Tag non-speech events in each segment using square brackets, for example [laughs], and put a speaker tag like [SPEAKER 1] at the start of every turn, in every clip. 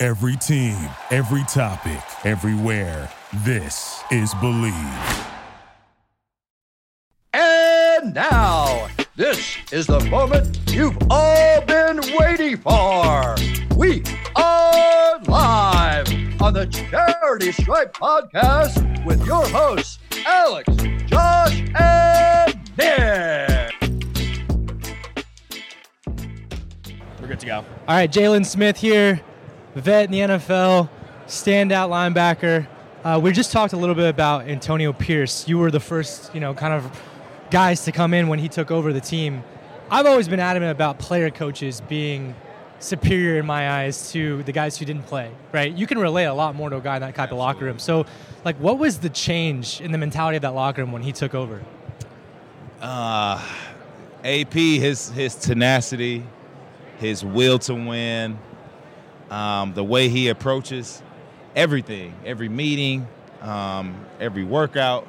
[SPEAKER 1] Every team, every topic, everywhere. This is Believe.
[SPEAKER 2] And now, this is the moment you've all been waiting for. We are live on the Charity Stripe podcast with your hosts, Alex, Josh, and Nick.
[SPEAKER 3] We're good to go.
[SPEAKER 4] All right, Jalen Smith here, vet in the NFL, standout linebacker. Uh, we just talked a little bit about Antonio Pierce. You were the first, you know, kind of guys to come in when he took over the team. I've always been adamant about player coaches being superior in my eyes to the guys who didn't play, right? You can relate a lot more to a guy in that type of locker room. So, like, what was the change in the mentality of that locker room when he took over?
[SPEAKER 5] AP, his his tenacity, his will to win, um, the way he approaches everything, every meeting, um, every workout.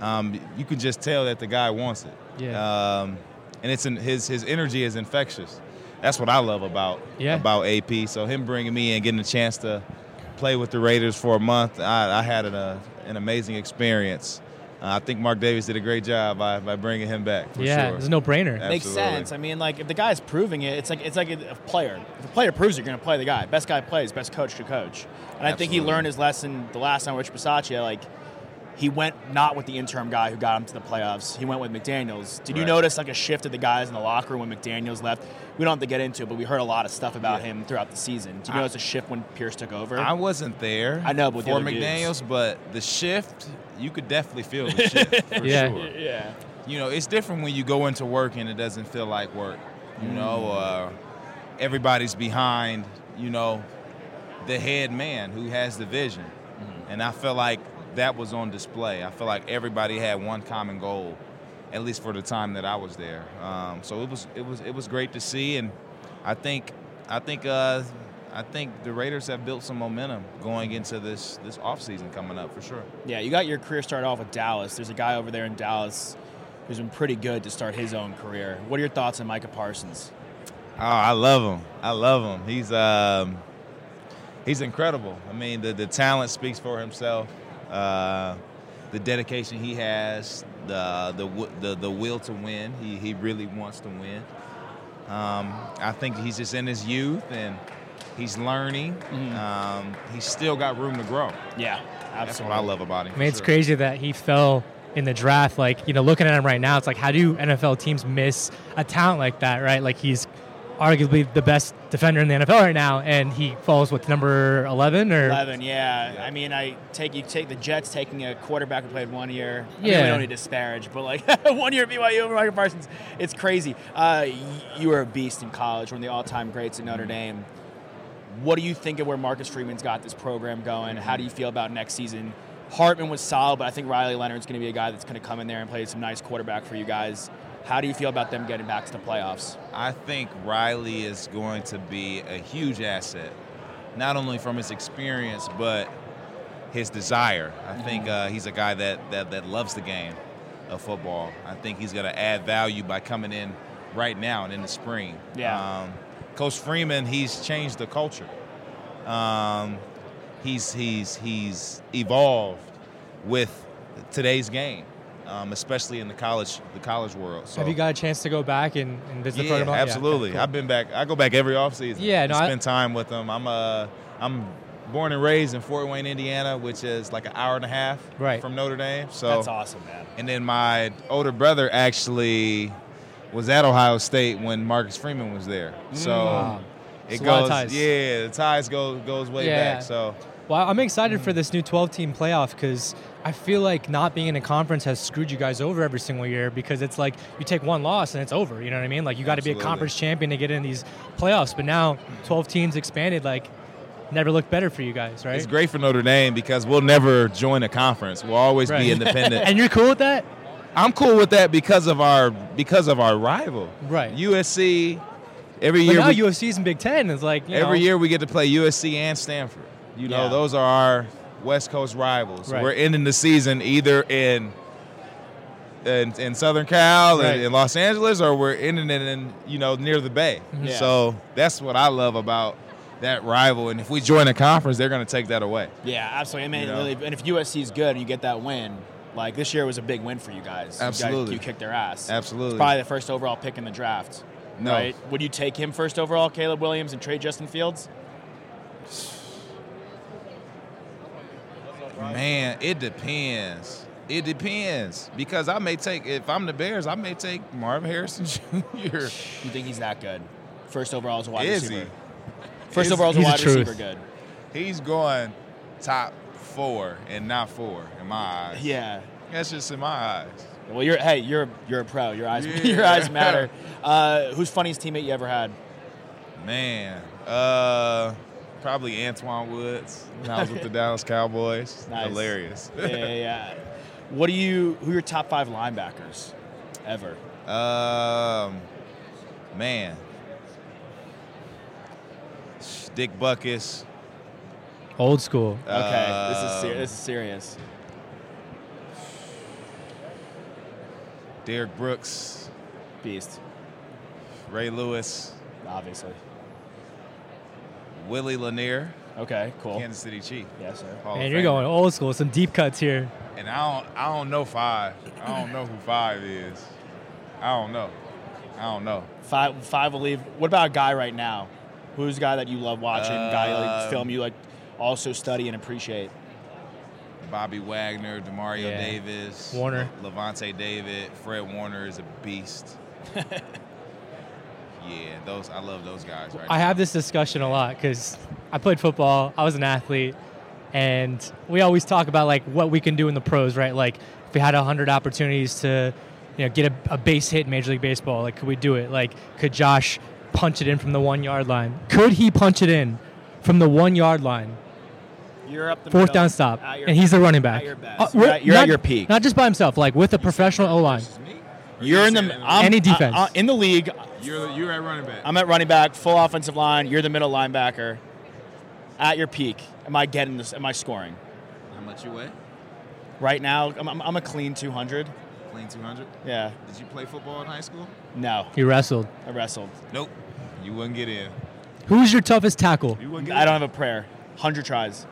[SPEAKER 5] Um, you can just tell that the guy wants it.
[SPEAKER 4] Yeah.
[SPEAKER 5] Um, and it's in, his his energy is infectious. That's what I love about
[SPEAKER 4] Yeah.
[SPEAKER 5] about AP. So him bringing me in, getting a chance to play with the Raiders for a month, I, I had an, uh, an amazing experience. Uh, I think Mark Davis did a great job by, by bringing him back. For
[SPEAKER 4] yeah,
[SPEAKER 5] sure.
[SPEAKER 4] it's a no-brainer.
[SPEAKER 5] Yeah.
[SPEAKER 3] Makes
[SPEAKER 5] Absolutely.
[SPEAKER 3] sense. I mean, like if the guy's proving it, it's like it's like a, a player. If a player proves it, you're gonna play the guy. Best guy plays. Best coach to coach. And I think he
[SPEAKER 5] Absolutely.
[SPEAKER 3] learned his lesson the last time with Rich Bisaccia. Like he went not with the interim guy who got him to the playoffs. He went with McDaniel's. Did you
[SPEAKER 5] Right.
[SPEAKER 3] notice like a shift of the guys in the locker room when McDaniel's left? We don't have to get into it, but we heard a lot of stuff about him throughout the season. Did you notice a shift when Pierce took over?
[SPEAKER 5] I wasn't there.
[SPEAKER 3] I know, but the
[SPEAKER 5] for
[SPEAKER 3] other dudes.
[SPEAKER 5] McDaniel's, but the shift, you could definitely
[SPEAKER 4] [laughs]
[SPEAKER 5] feel the shift for
[SPEAKER 4] Yeah.
[SPEAKER 5] sure.
[SPEAKER 3] yeah.
[SPEAKER 5] You know, it's different when you go into work and it doesn't feel like work. You know, uh, everybody's behind. You know, the head man who has the vision, and I feel like that was on display. I feel like everybody had one common goal, at least for the time that I was there. Um, so it was it was it was great to see, and I think I think uh, I think the Raiders have built some momentum going into this this offseason coming up for sure.
[SPEAKER 3] Yeah, you got your career started off with Dallas. There's a guy over there in Dallas who's been pretty good to start his own career. What are your thoughts on Micah Parsons?
[SPEAKER 5] Oh, I love him. I love him. He's um, he's incredible. I mean, the the talent speaks for himself. Uh, the dedication he has, the the w- the, the will to win. He he really wants to win. Um, I think he's just in his youth and he's learning. Um, he's still got room to grow.
[SPEAKER 3] Yeah, absolutely.
[SPEAKER 5] That's what I love about him.
[SPEAKER 4] I mean, it's
[SPEAKER 5] Sure.
[SPEAKER 4] crazy that he fell in the draft. Like, you know, looking at him right now, it's like, how do NFL teams miss a talent like that, right? Like, he's arguably the best defender in the NFL right now, and he falls with number 11 or.
[SPEAKER 3] 11, yeah. I mean, I take you take the Jets taking a quarterback who played one year. I mean,
[SPEAKER 4] Yeah.
[SPEAKER 3] we don't need to disparage, but like [laughs] one year at BYU over Micah Parsons, it's crazy. Uh, y- you were a beast in college, one of the all-time greats at Notre Dame. What do you think of where Marcus Freeman's got this program going? How do you feel about next season? Hartman was solid, but I think Riley Leonard's going to be a guy that's going to come in there and play some nice quarterback for you guys. How do you feel about them getting back to the playoffs?
[SPEAKER 5] I think Riley is going to be a huge asset, not only from his experience but his desire. I
[SPEAKER 4] Mm-hmm.
[SPEAKER 5] think uh, he's a guy that, that that loves the game of football. I think he's going to add value by coming in right now and in the spring.
[SPEAKER 3] Yeah.
[SPEAKER 5] Um, Coach Freeman, he's changed the culture. Um, he's he's he's evolved with today's game, um, especially in the college the college world. So
[SPEAKER 4] Have you got a chance to go back and, and visit the
[SPEAKER 5] yeah,
[SPEAKER 4] program?
[SPEAKER 5] absolutely. I've been back. I go back every offseason.
[SPEAKER 4] Yeah,
[SPEAKER 5] and
[SPEAKER 4] no, I-
[SPEAKER 5] spend time with them. I'm uh, I'm born and raised in Fort Wayne, Indiana, which is like an hour and a half
[SPEAKER 4] Right.
[SPEAKER 5] from Notre Dame. So
[SPEAKER 3] That's awesome, man.
[SPEAKER 5] And then my older brother actually was at Ohio State when Marcus Freeman was there. So
[SPEAKER 4] Mm. It's
[SPEAKER 5] It
[SPEAKER 4] a lot
[SPEAKER 5] goes,
[SPEAKER 4] of ties.
[SPEAKER 5] yeah, the ties go goes way
[SPEAKER 4] Yeah.
[SPEAKER 5] back. So
[SPEAKER 4] Well, I'm excited for this new 12 team playoff because I feel like not being in a conference has screwed you guys over every single year because it's like you take one loss and it's over. You know what I mean? Like you got to be a
[SPEAKER 5] Absolutely.
[SPEAKER 4] conference champion to get in these playoffs. But now 12 teams expanded, like never looked better for you guys, right?
[SPEAKER 5] it's great for Notre Dame because we'll never join a conference. We'll always
[SPEAKER 4] Right.
[SPEAKER 5] be
[SPEAKER 4] [laughs]
[SPEAKER 5] independent.
[SPEAKER 4] And you're cool with that?
[SPEAKER 5] I'm cool with that because of our because of our rival.
[SPEAKER 4] Right.
[SPEAKER 5] USC. Every
[SPEAKER 4] But
[SPEAKER 5] year,
[SPEAKER 4] now
[SPEAKER 5] we,
[SPEAKER 4] UFC's in Big Ten is like you
[SPEAKER 5] every
[SPEAKER 4] know,
[SPEAKER 5] year we get to play USC and Stanford. You know,
[SPEAKER 4] Yeah.
[SPEAKER 5] those are our West Coast rivals.
[SPEAKER 4] Right.
[SPEAKER 5] We're ending the season either in in, in Southern Cal
[SPEAKER 4] Right.
[SPEAKER 5] and in Los Angeles, or we're ending it in you know near the Bay.
[SPEAKER 4] Mm-hmm.
[SPEAKER 3] Yeah.
[SPEAKER 5] So that's what I love about that rival. And if we join a conference, they're going to take that away.
[SPEAKER 3] Yeah, absolutely. I mean,
[SPEAKER 5] You know?
[SPEAKER 3] really, and if USC is good and you get that win, like this year was a big win for you guys. You got-
[SPEAKER 5] Absolutely.
[SPEAKER 3] you kicked their ass.
[SPEAKER 5] Absolutely.
[SPEAKER 3] It's probably the first overall pick in the draft.
[SPEAKER 5] No.
[SPEAKER 3] Right? Would you take him first overall, Caleb Williams, and trade Justin Fields?
[SPEAKER 5] Man, it depends. It depends because I may take if I'm the Bears, I may take Marvin Harrison [laughs] Jr.
[SPEAKER 3] You think he's that good? First overall as a wide
[SPEAKER 5] Is he?
[SPEAKER 3] receiver. First
[SPEAKER 5] Is-
[SPEAKER 3] overall as a
[SPEAKER 4] he's the
[SPEAKER 3] wide receiver,
[SPEAKER 4] truth.
[SPEAKER 3] good.
[SPEAKER 5] He's going top four and not four in my eyes.
[SPEAKER 3] Yeah.
[SPEAKER 5] That's just in my eyes.
[SPEAKER 3] Well, you're hey, you're you're a pro. Your eyes, [laughs]
[SPEAKER 5] Yeah.
[SPEAKER 3] your
[SPEAKER 5] [laughs]
[SPEAKER 3] eyes matter. Uh, who's funniest teammate you ever had?
[SPEAKER 5] Man, uh, probably Antoine Woods. When I was with the Dallas Cowboys.
[SPEAKER 3] Nice.
[SPEAKER 5] Hilarious.
[SPEAKER 3] Yeah, yeah, yeah. What do you? Who are your top five linebackers ever?
[SPEAKER 5] Um, man, Dick Buckus.
[SPEAKER 4] old school.
[SPEAKER 3] Okay, this is ser- this
[SPEAKER 5] Um,
[SPEAKER 3] is serious.
[SPEAKER 5] Derek Brooks,
[SPEAKER 3] Beast,
[SPEAKER 5] Ray Lewis,
[SPEAKER 3] obviously.
[SPEAKER 5] Willie Lanier,
[SPEAKER 3] Okay, cool.
[SPEAKER 5] Kansas City Chief.
[SPEAKER 3] Yes, sir.
[SPEAKER 5] Hall of
[SPEAKER 4] Oh. Man, you're
[SPEAKER 5] Famer.
[SPEAKER 4] going old school. Some deep cuts here.
[SPEAKER 5] And I don't, I don't know five. I don't know who five is. I don't know. I don't know.
[SPEAKER 3] Five, five will leave. What about a guy right now? Who's a guy that you love watching? guy like
[SPEAKER 5] Um,
[SPEAKER 3] film you like also study and appreciate.
[SPEAKER 5] Bobby Wagner, Demario
[SPEAKER 4] Yeah.
[SPEAKER 5] Davis,
[SPEAKER 4] Warner.
[SPEAKER 5] Le- Levante David, Fred Warner is a
[SPEAKER 4] [laughs]
[SPEAKER 5] beast. yeah, those I love those guys. Right.
[SPEAKER 4] I have this discussion a lot because I played football. I was an athlete, and we always talk about like what we can do in the pros, right? Like if we had hundred opportunities to, you know, get a, a base hit in Major League Baseball, like could we do it? Like could Josh punch it in from the one yard line? Could he punch it in from the one yard line?
[SPEAKER 3] You're up the
[SPEAKER 4] Fourth down stop, and he's the running back. Uh,
[SPEAKER 3] at your best.
[SPEAKER 4] we're-
[SPEAKER 3] You're at- you're at
[SPEAKER 4] not-
[SPEAKER 3] your peak.
[SPEAKER 4] Not just by himself, like with a professional O line.
[SPEAKER 3] You're in the I'm,
[SPEAKER 4] Any defense.
[SPEAKER 3] I- I- in the league.
[SPEAKER 5] You're you're at running back.
[SPEAKER 3] I'm at running back, full offensive line. You're the middle linebacker. At your peak, am I getting this? Am I scoring
[SPEAKER 5] How much you weigh?
[SPEAKER 3] right now? I'm, I'm, I'm a clean 200.
[SPEAKER 5] Playing 200.
[SPEAKER 3] Yeah.
[SPEAKER 5] Did you play football in high school?
[SPEAKER 3] No,
[SPEAKER 4] He wrestled.
[SPEAKER 3] I wrestled.
[SPEAKER 5] Nope. You wouldn't get in.
[SPEAKER 4] Who's your toughest tackle?
[SPEAKER 5] You wouldn't get
[SPEAKER 3] I
[SPEAKER 5] in.
[SPEAKER 3] don't have a prayer. 100 tries.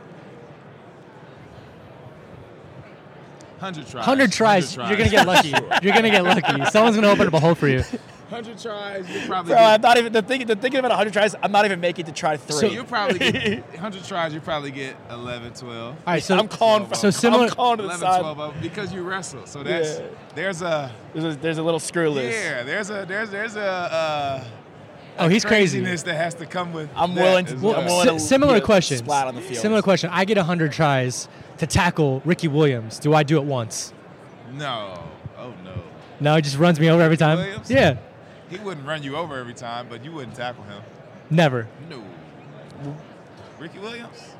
[SPEAKER 5] Hundred tries.
[SPEAKER 4] Hundred tries, you're gonna get
[SPEAKER 3] [laughs]
[SPEAKER 4] lucky. You're gonna get lucky. Someone's gonna open up a hole for you.
[SPEAKER 5] Hundred tries. You probably.
[SPEAKER 3] Bro,
[SPEAKER 5] get-
[SPEAKER 3] I'm not even the thing. The thinking about 100 tries, I'm not even making it to try three.
[SPEAKER 5] So you probably get
[SPEAKER 3] [laughs]
[SPEAKER 5] 100 tries, you probably get 11, 12.
[SPEAKER 4] All right, so
[SPEAKER 3] I'm calling.
[SPEAKER 5] so
[SPEAKER 3] For,
[SPEAKER 4] similar-
[SPEAKER 3] I'm calling to the
[SPEAKER 5] 11,
[SPEAKER 3] side.
[SPEAKER 5] 12 of them because you wrestle. So that's
[SPEAKER 3] Yeah.
[SPEAKER 5] there's a
[SPEAKER 3] There's a, there's a little screw loose.
[SPEAKER 5] yeah, there's a there's there's a uh,
[SPEAKER 4] Oh, he's crazy.
[SPEAKER 5] craziness that has to come with.
[SPEAKER 3] I'm
[SPEAKER 5] that
[SPEAKER 3] willing to-
[SPEAKER 5] as
[SPEAKER 3] I'm
[SPEAKER 5] well.
[SPEAKER 3] willing-
[SPEAKER 4] Si- similar
[SPEAKER 3] you know,
[SPEAKER 4] question.
[SPEAKER 3] splat on the field.
[SPEAKER 4] Similar question. I get 100 tries to tackle Ricky Williams. Do I do it once?
[SPEAKER 5] No, oh no,
[SPEAKER 4] No, he just runs me over every time.
[SPEAKER 5] Williams?
[SPEAKER 4] Yeah,
[SPEAKER 5] he wouldn't run you over every time, but you wouldn't tackle him.
[SPEAKER 4] never.
[SPEAKER 5] No, Ricky Williams.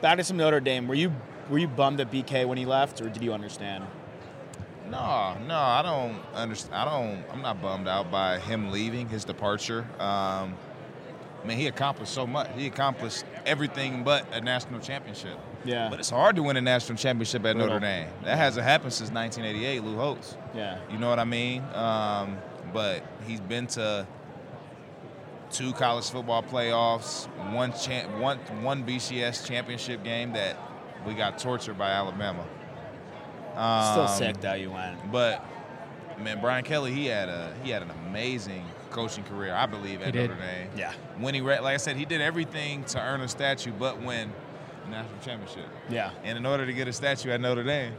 [SPEAKER 3] Back to some Notre Dame. Were you were you bummed at BK when he left, or did you understand?
[SPEAKER 5] No, no, I don't understand. I don't. I'm not bummed out by him leaving his departure. Um, I mean, he accomplished so much. He accomplished everything but a national championship.
[SPEAKER 3] Yeah.
[SPEAKER 5] But it's hard to win a national championship at
[SPEAKER 3] Brutal.
[SPEAKER 5] Notre Dame. That hasn't happened since 1988, Lou Holtz.
[SPEAKER 3] Yeah.
[SPEAKER 5] You know what I mean? Um, but he's been to two college football playoffs, one champ, one one BCS championship game that we got tortured by Alabama.
[SPEAKER 3] Still
[SPEAKER 5] Um,
[SPEAKER 3] sick though you went.
[SPEAKER 5] but man, Brian Kelly, he had a he had an amazing coaching career, I believe, at
[SPEAKER 4] He did.
[SPEAKER 5] Notre Dame.
[SPEAKER 3] Yeah.
[SPEAKER 5] When he re- like I said, he did everything to earn a statue, but win a national championship.
[SPEAKER 3] Yeah.
[SPEAKER 5] And in order to get a statue at Notre Dame,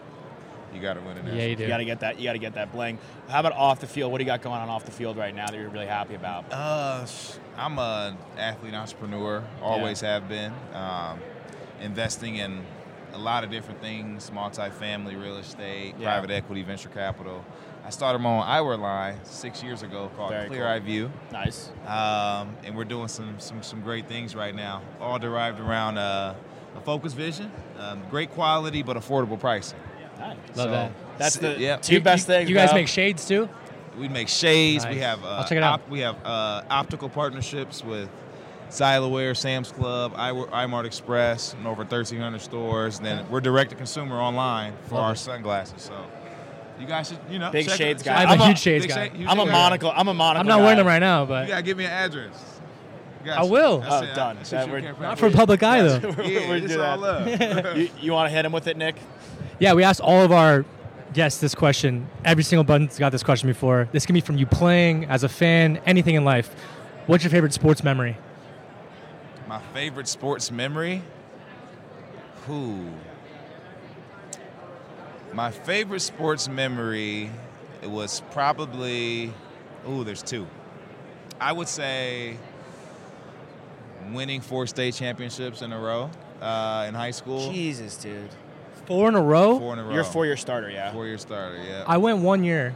[SPEAKER 5] You got to win a national.
[SPEAKER 4] Yeah, you do.
[SPEAKER 3] You got to get that. You got to get that bling. How about off the field? What do you got going on off the field right now that you're really happy about?
[SPEAKER 5] Uh, sh- I'm a athlete entrepreneur. Always have been. Um, investing in a lot of different things: multifamily, real estate,
[SPEAKER 3] Yeah.
[SPEAKER 5] private equity, venture capital. I started my own eyewear line six years ago called
[SPEAKER 3] Very
[SPEAKER 5] Clear
[SPEAKER 3] cool.
[SPEAKER 5] Eye View,
[SPEAKER 3] Nice.
[SPEAKER 5] um, and we're doing some, some some great things right now. All derived around uh, a focused vision, um, great quality but affordable pricing.
[SPEAKER 3] Nice.
[SPEAKER 4] Love that.
[SPEAKER 3] That's the
[SPEAKER 5] Yeah.
[SPEAKER 3] two
[SPEAKER 4] You-
[SPEAKER 3] best
[SPEAKER 4] you-
[SPEAKER 3] things.
[SPEAKER 4] You guys
[SPEAKER 3] bro.
[SPEAKER 4] make shades too?
[SPEAKER 5] We make shades.
[SPEAKER 4] Nice.
[SPEAKER 5] We have uh,
[SPEAKER 4] I'll check it out.
[SPEAKER 5] we have uh, optical partnerships with Xylaware, Sam's Club, I- iMart Express, and over 1,300 stores. And then we're direct to consumer online for
[SPEAKER 4] Love
[SPEAKER 5] our
[SPEAKER 4] it.
[SPEAKER 5] sunglasses. So you guys should, you know,
[SPEAKER 3] Big
[SPEAKER 5] check
[SPEAKER 3] shades
[SPEAKER 5] it-
[SPEAKER 3] guy.
[SPEAKER 5] check-
[SPEAKER 3] I'm a huge
[SPEAKER 4] shades
[SPEAKER 5] big
[SPEAKER 4] guy.
[SPEAKER 5] shade- huge
[SPEAKER 3] I'm a
[SPEAKER 5] shades guy.
[SPEAKER 3] monocle. I'm a monocle.
[SPEAKER 4] I'm not wearing
[SPEAKER 3] guy.
[SPEAKER 4] them right now,
[SPEAKER 5] You
[SPEAKER 4] but
[SPEAKER 5] gotta give me an address. You guys-
[SPEAKER 4] I will.
[SPEAKER 5] that's
[SPEAKER 3] Oh,
[SPEAKER 5] it.
[SPEAKER 3] done.
[SPEAKER 5] That's
[SPEAKER 3] That
[SPEAKER 5] your
[SPEAKER 3] we're-
[SPEAKER 5] campaign.
[SPEAKER 4] not for
[SPEAKER 3] [laughs]
[SPEAKER 4] public eye though.
[SPEAKER 3] We're-
[SPEAKER 5] Yeah,
[SPEAKER 3] we're
[SPEAKER 5] it's
[SPEAKER 3] doing
[SPEAKER 5] all love.
[SPEAKER 3] [laughs] You, want to hit him with it, Nick?
[SPEAKER 4] Yeah, we asked all of our guests this question. Every single button's got this question before. This can be from you playing, as a fan, anything in life. What's your favorite sports memory?
[SPEAKER 5] My favorite sports memory? Who? My favorite sports memory it was probably ooh, there's two. I would say winning four state championships in a row uh, in high school.
[SPEAKER 3] Jesus, dude.
[SPEAKER 4] Four in a row?
[SPEAKER 5] Four in a row.
[SPEAKER 3] You're a four-year starter, yeah.
[SPEAKER 5] Four-year starter, yeah.
[SPEAKER 4] I went one year,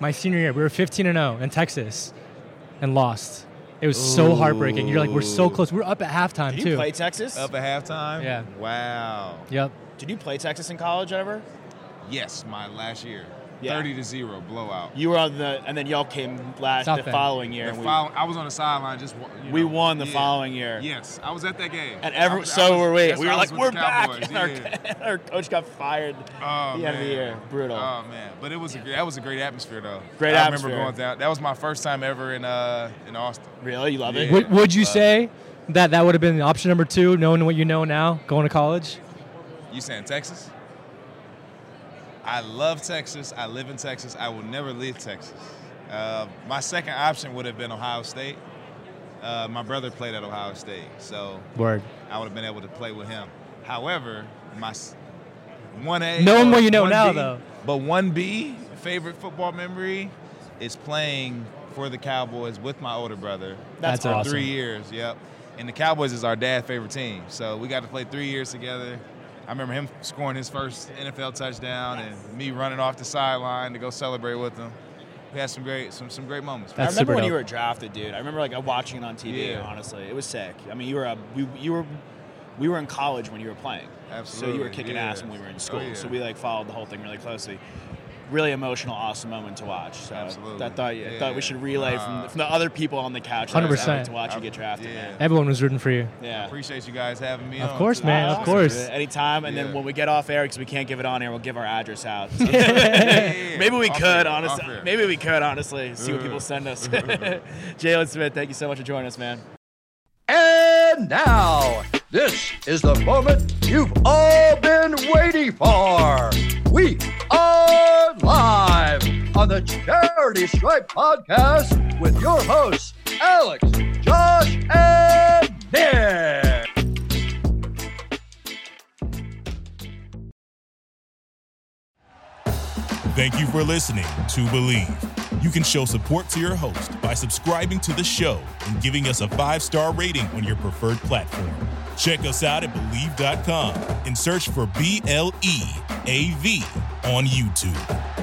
[SPEAKER 4] my senior year. We were 15 and 0 in Texas and lost. It was so heartbreaking. You're like, we're so
[SPEAKER 5] Ooh.
[SPEAKER 4] close. We We're up at halftime
[SPEAKER 3] Did
[SPEAKER 4] too.
[SPEAKER 3] you play Texas?
[SPEAKER 5] Up at halftime.
[SPEAKER 4] Yeah.
[SPEAKER 5] Wow.
[SPEAKER 4] Yep.
[SPEAKER 3] Did you play Texas in college ever?
[SPEAKER 5] Yes, my last year.
[SPEAKER 3] Yeah.
[SPEAKER 5] Thirty to zero blowout.
[SPEAKER 3] You were on the, and then y'all came last
[SPEAKER 4] South
[SPEAKER 3] the
[SPEAKER 4] Bend.
[SPEAKER 3] following year.
[SPEAKER 5] The
[SPEAKER 3] and we-
[SPEAKER 5] follow- I was on the sideline. Just wa- you
[SPEAKER 3] We
[SPEAKER 5] know,
[SPEAKER 3] won the
[SPEAKER 5] yeah.
[SPEAKER 3] following year.
[SPEAKER 5] Yes, I was at that game.
[SPEAKER 3] And every,
[SPEAKER 5] I was- I
[SPEAKER 3] so
[SPEAKER 5] was-
[SPEAKER 3] were we.
[SPEAKER 5] yes,
[SPEAKER 3] we were
[SPEAKER 5] I
[SPEAKER 3] like,
[SPEAKER 5] was
[SPEAKER 3] we're
[SPEAKER 5] with the
[SPEAKER 3] back. [laughs]
[SPEAKER 5] Cowboys,
[SPEAKER 3] and our,
[SPEAKER 5] yeah.
[SPEAKER 3] our coach got fired
[SPEAKER 5] Oh,
[SPEAKER 3] at the end of the
[SPEAKER 5] man.
[SPEAKER 3] year. Brutal.
[SPEAKER 5] Oh man, but it was a great, that was a great atmosphere though.
[SPEAKER 3] Great
[SPEAKER 5] I
[SPEAKER 3] atmosphere.
[SPEAKER 5] remember going down. That was my first time ever in uh in Austin.
[SPEAKER 3] really? You love it?
[SPEAKER 5] Yeah.
[SPEAKER 4] Would, would you
[SPEAKER 5] Uh,
[SPEAKER 4] say that that would have been option number two, knowing what you know now, going to college?
[SPEAKER 5] You saying Texas? I love Texas. I live in Texas. I will never leave Texas. Uh, my second option would have been Ohio State. Uh, my brother played at Ohio State, so
[SPEAKER 4] Word.
[SPEAKER 5] I would have been able to play with him. However, my one A.
[SPEAKER 4] Knowing what you know now, though.
[SPEAKER 5] But one B favorite football memory is playing for the Cowboys with my older brother.
[SPEAKER 3] That's
[SPEAKER 4] That's,
[SPEAKER 5] for
[SPEAKER 4] awesome.
[SPEAKER 5] Three years, yep. And the Cowboys is our dad's favorite team, so we got to play three years together. I remember him scoring his first NFL touchdown and me running off the sideline to go celebrate with him. We had some great some some great moments.
[SPEAKER 4] That's
[SPEAKER 3] I remember
[SPEAKER 4] super
[SPEAKER 3] when you
[SPEAKER 4] dope.
[SPEAKER 3] were drafted, dude. I remember like watching it on TV.
[SPEAKER 5] Yeah.
[SPEAKER 3] Honestly, it was sick. I mean, you were a, we, you were we were in college when you were playing. So you were
[SPEAKER 5] Absolutely,
[SPEAKER 3] kicking
[SPEAKER 5] yeah.
[SPEAKER 3] ass when we were in
[SPEAKER 5] Oh,
[SPEAKER 3] school.
[SPEAKER 5] yeah.
[SPEAKER 3] So we like followed the whole thing really closely. Really emotional, awesome moment to watch. So
[SPEAKER 5] Absolutely.
[SPEAKER 3] I thought, I thought we
[SPEAKER 5] Yeah. Uh,
[SPEAKER 3] should relay from,
[SPEAKER 5] Nah.
[SPEAKER 3] from the other people on the couch. that
[SPEAKER 4] 100%.
[SPEAKER 3] were excited to watch you get drafted.
[SPEAKER 5] Yeah.
[SPEAKER 3] man.
[SPEAKER 4] Everyone was rooting for you.
[SPEAKER 3] Yeah.
[SPEAKER 5] Appreciate you guys having me.
[SPEAKER 4] Of
[SPEAKER 5] on,
[SPEAKER 4] course,
[SPEAKER 5] too.
[SPEAKER 4] man, of
[SPEAKER 3] Awesome,
[SPEAKER 4] course.
[SPEAKER 3] dude. Anytime, and then
[SPEAKER 5] Yeah.
[SPEAKER 3] when we get off air, because we can't give it on air, we'll give our address out.
[SPEAKER 5] [laughs]
[SPEAKER 3] [laughs]
[SPEAKER 5] Yeah.
[SPEAKER 3] Maybe we
[SPEAKER 5] Off
[SPEAKER 3] could,
[SPEAKER 5] air,
[SPEAKER 3] honestly.
[SPEAKER 5] off air.
[SPEAKER 3] Maybe we could, honestly, see what
[SPEAKER 5] Yeah.
[SPEAKER 3] people
[SPEAKER 5] [laughs]
[SPEAKER 3] send us. [laughs] Jalen Smith, thank you so much for joining us, man.
[SPEAKER 2] And now, this is the moment you've all been waiting for. We are live on the Charity Stripe podcast with your hosts, Alex, Josh, and Nick.
[SPEAKER 1] Thank you for listening to Believe. You can show support to your host by subscribing to the show and giving us a five star rating on your preferred platform. Check us out at Believe.com and search for B L E A V on YouTube.